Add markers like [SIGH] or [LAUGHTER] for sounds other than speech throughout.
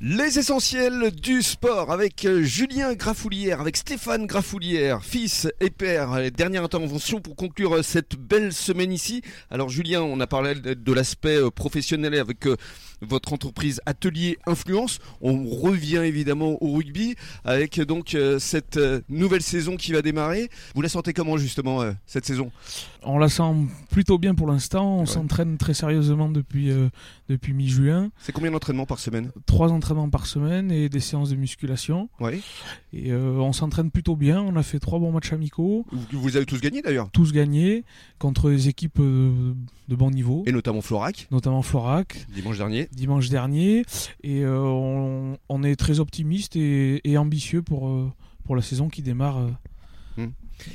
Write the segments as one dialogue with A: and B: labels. A: Les essentiels du sport avec euh, Julien Grafoulière, avec Stéphane Grafoulière, fils et père. Dernière intervention pour conclure euh, cette belle semaine ici. Alors Julien, on a parlé de l'aspect euh, professionnel avec euh, votre entreprise Atelier Influence. On revient évidemment au rugby avec euh, donc cette euh, nouvelle saison qui va démarrer. Vous la sentez comment justement euh, cette saison
B: On la sent plutôt bien pour l'instant. On s'entraîne ouais. très sérieusement depuis, euh, depuis mi-juin.
A: C'est combien d'entraînements par semaine
B: Trois entraînements par semaine et des séances de musculation.
A: Oui.
B: Et euh, on s'entraîne plutôt bien. On a fait trois bons matchs amicaux.
A: Vous, vous avez tous gagné d'ailleurs
B: Tous gagné contre des équipes euh, de bon niveau.
A: Et notamment Florac
B: Notamment Florac.
A: Dimanche dernier.
B: Dimanche dernier. Et euh, on, on, est très optimiste et, et ambitieux pour, euh, pour la saison qui démarre. Hum.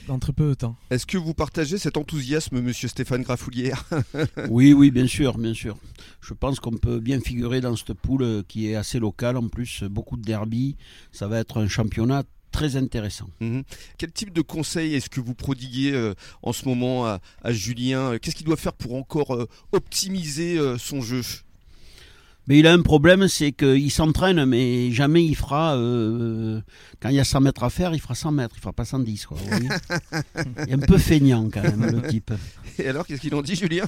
B: Dans très peu de temps.
A: Est-ce que vous partagez cet enthousiasme, monsieur Stéphane [LAUGHS] Grafoulière
C: Oui, oui, bien sûr, bien sûr. Je pense qu'on peut bien figurer dans cette poule euh, qui est assez locale, en plus, euh, beaucoup de derby. Ça va être un championnat très intéressant.
A: Mmh. Quel type de conseil est-ce que vous prodiguez euh, en ce moment à, à Julien euh, Qu'est-ce qu'il doit faire pour encore euh, optimiser euh, son jeu [LAUGHS]
C: mais il a un problème, c'est qu'il s'entraîne, mais jamais il fera. Euh, quand il y a 100 mètres à faire, il fera 100 mètres, il fera pas 110. Quoi, vous voyez il est un peu feignant quand même, le type.
A: Et alors, qu'est-ce qu'il en dit, [LAUGHS] Julien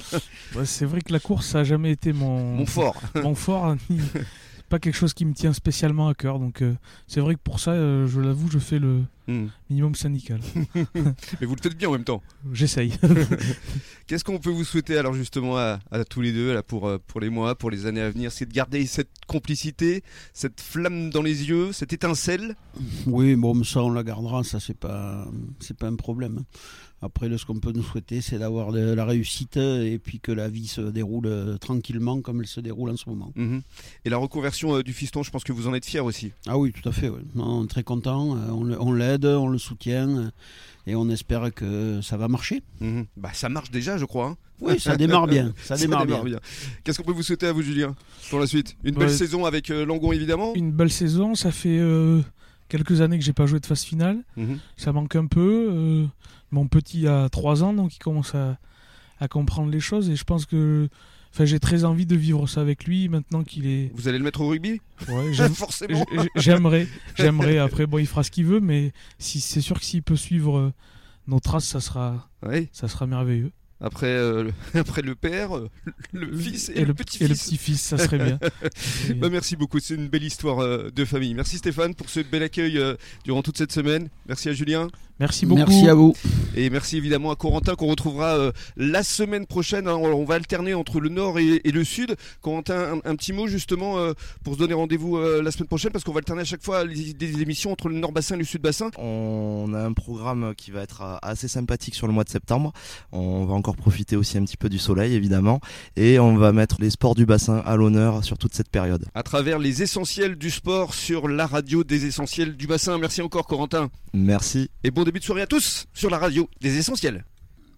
B: bah, C'est vrai que la course, ça n'a jamais été mon,
A: mon fort.
B: Mon fort, ni... hein. [LAUGHS] pas quelque chose qui me tient spécialement à cœur. Donc, euh, c'est vrai que pour ça, euh, je l'avoue, je fais le,
A: Mhm.
B: Mmh. minimum syndical.
A: Mais vous le faites bien en même temps.
B: J'essaye.
A: Qu'est-ce qu'on peut vous souhaiter alors justement à, à, tous les deux là pour, euh, pour les mois, pour les années à venir C'est de garder cette complicité, cette flamme dans les yeux, cette étincelle
C: Oui, bon, ça on la gardera, ça c'est pas, c'est pas un problème. Après, là, ce qu'on peut nous souhaiter, c'est d'avoir de la réussite et puis que la vie se déroule euh, tranquillement comme elle se déroule en ce moment.
A: Mmh. Et la reconversion euh, du fiston, je pense que vous en êtes fier aussi.
C: Ah oui, tout à fait. Ouais. Non, très content. euh, on, on l'aide on le soutient euh, et on espère que ça va marcher.
A: Mmh. Bah, ça marche déjà, je crois. Hein.
C: Oui, ça démarre [LAUGHS] bien. Ça, ça démarre, démarre, bien. bien.
A: Qu'est-ce qu'on peut vous souhaiter à vous, Julien, pour la suite Une ouais. belle saison avec euh, Langon, évidemment
B: Une belle saison. Ça fait euh, quelques années que j'ai pas joué de phase finale. Mmh.
A: Mhm.
B: Ça manque un peu. Euh, mon petit a 3 ans, donc il commence à, à comprendre les choses et je pense que. Enfin, j'ai très envie de vivre ça avec lui maintenant qu'il est.
A: Vous allez le mettre au rugby
B: Ouais,
A: [LAUGHS] forcément.
B: J'aimerais, j'aimerais. Après, bon, il fera ce qu'il veut, mais si c'est sûr que s'il peut suivre euh, nos traces, ça sera,
A: oui.
B: ça sera merveilleux.
A: Après, euh, le, [LAUGHS] après le père, euh, le, le fils et,
B: et
A: le, petit-fils.
B: Et le petit-fils, ça
A: [LAUGHS]
B: serait bien.
A: bien. Bah, merci beaucoup, c'est une belle histoire euh, de famille. Merci Stéphane pour ce bel accueil euh, durant toute cette semaine. Merci à Julien.
B: Merci beaucoup.
C: Merci à vous.
A: Et merci évidemment à Corentin qu'on retrouvera euh, la semaine prochaine. Hein. On va alterner entre le nord et, et le sud. Corentin, un, un petit mot justement euh, pour se donner rendez-vous euh, la semaine prochaine parce qu'on va alterner à chaque fois les, des émissions entre le nord bassin et le sud bassin.
D: On a un programme qui va être euh, assez sympathique sur le mois de septembre. On va encore profiter aussi un petit peu du soleil évidemment et on va mettre les sports du bassin à l'honneur sur toute cette période.
A: À travers les essentiels du sport sur la radio des essentiels du bassin. Merci encore Corentin.
D: Merci.
A: Et bon début de soirée à tous sur la radio des essentiels.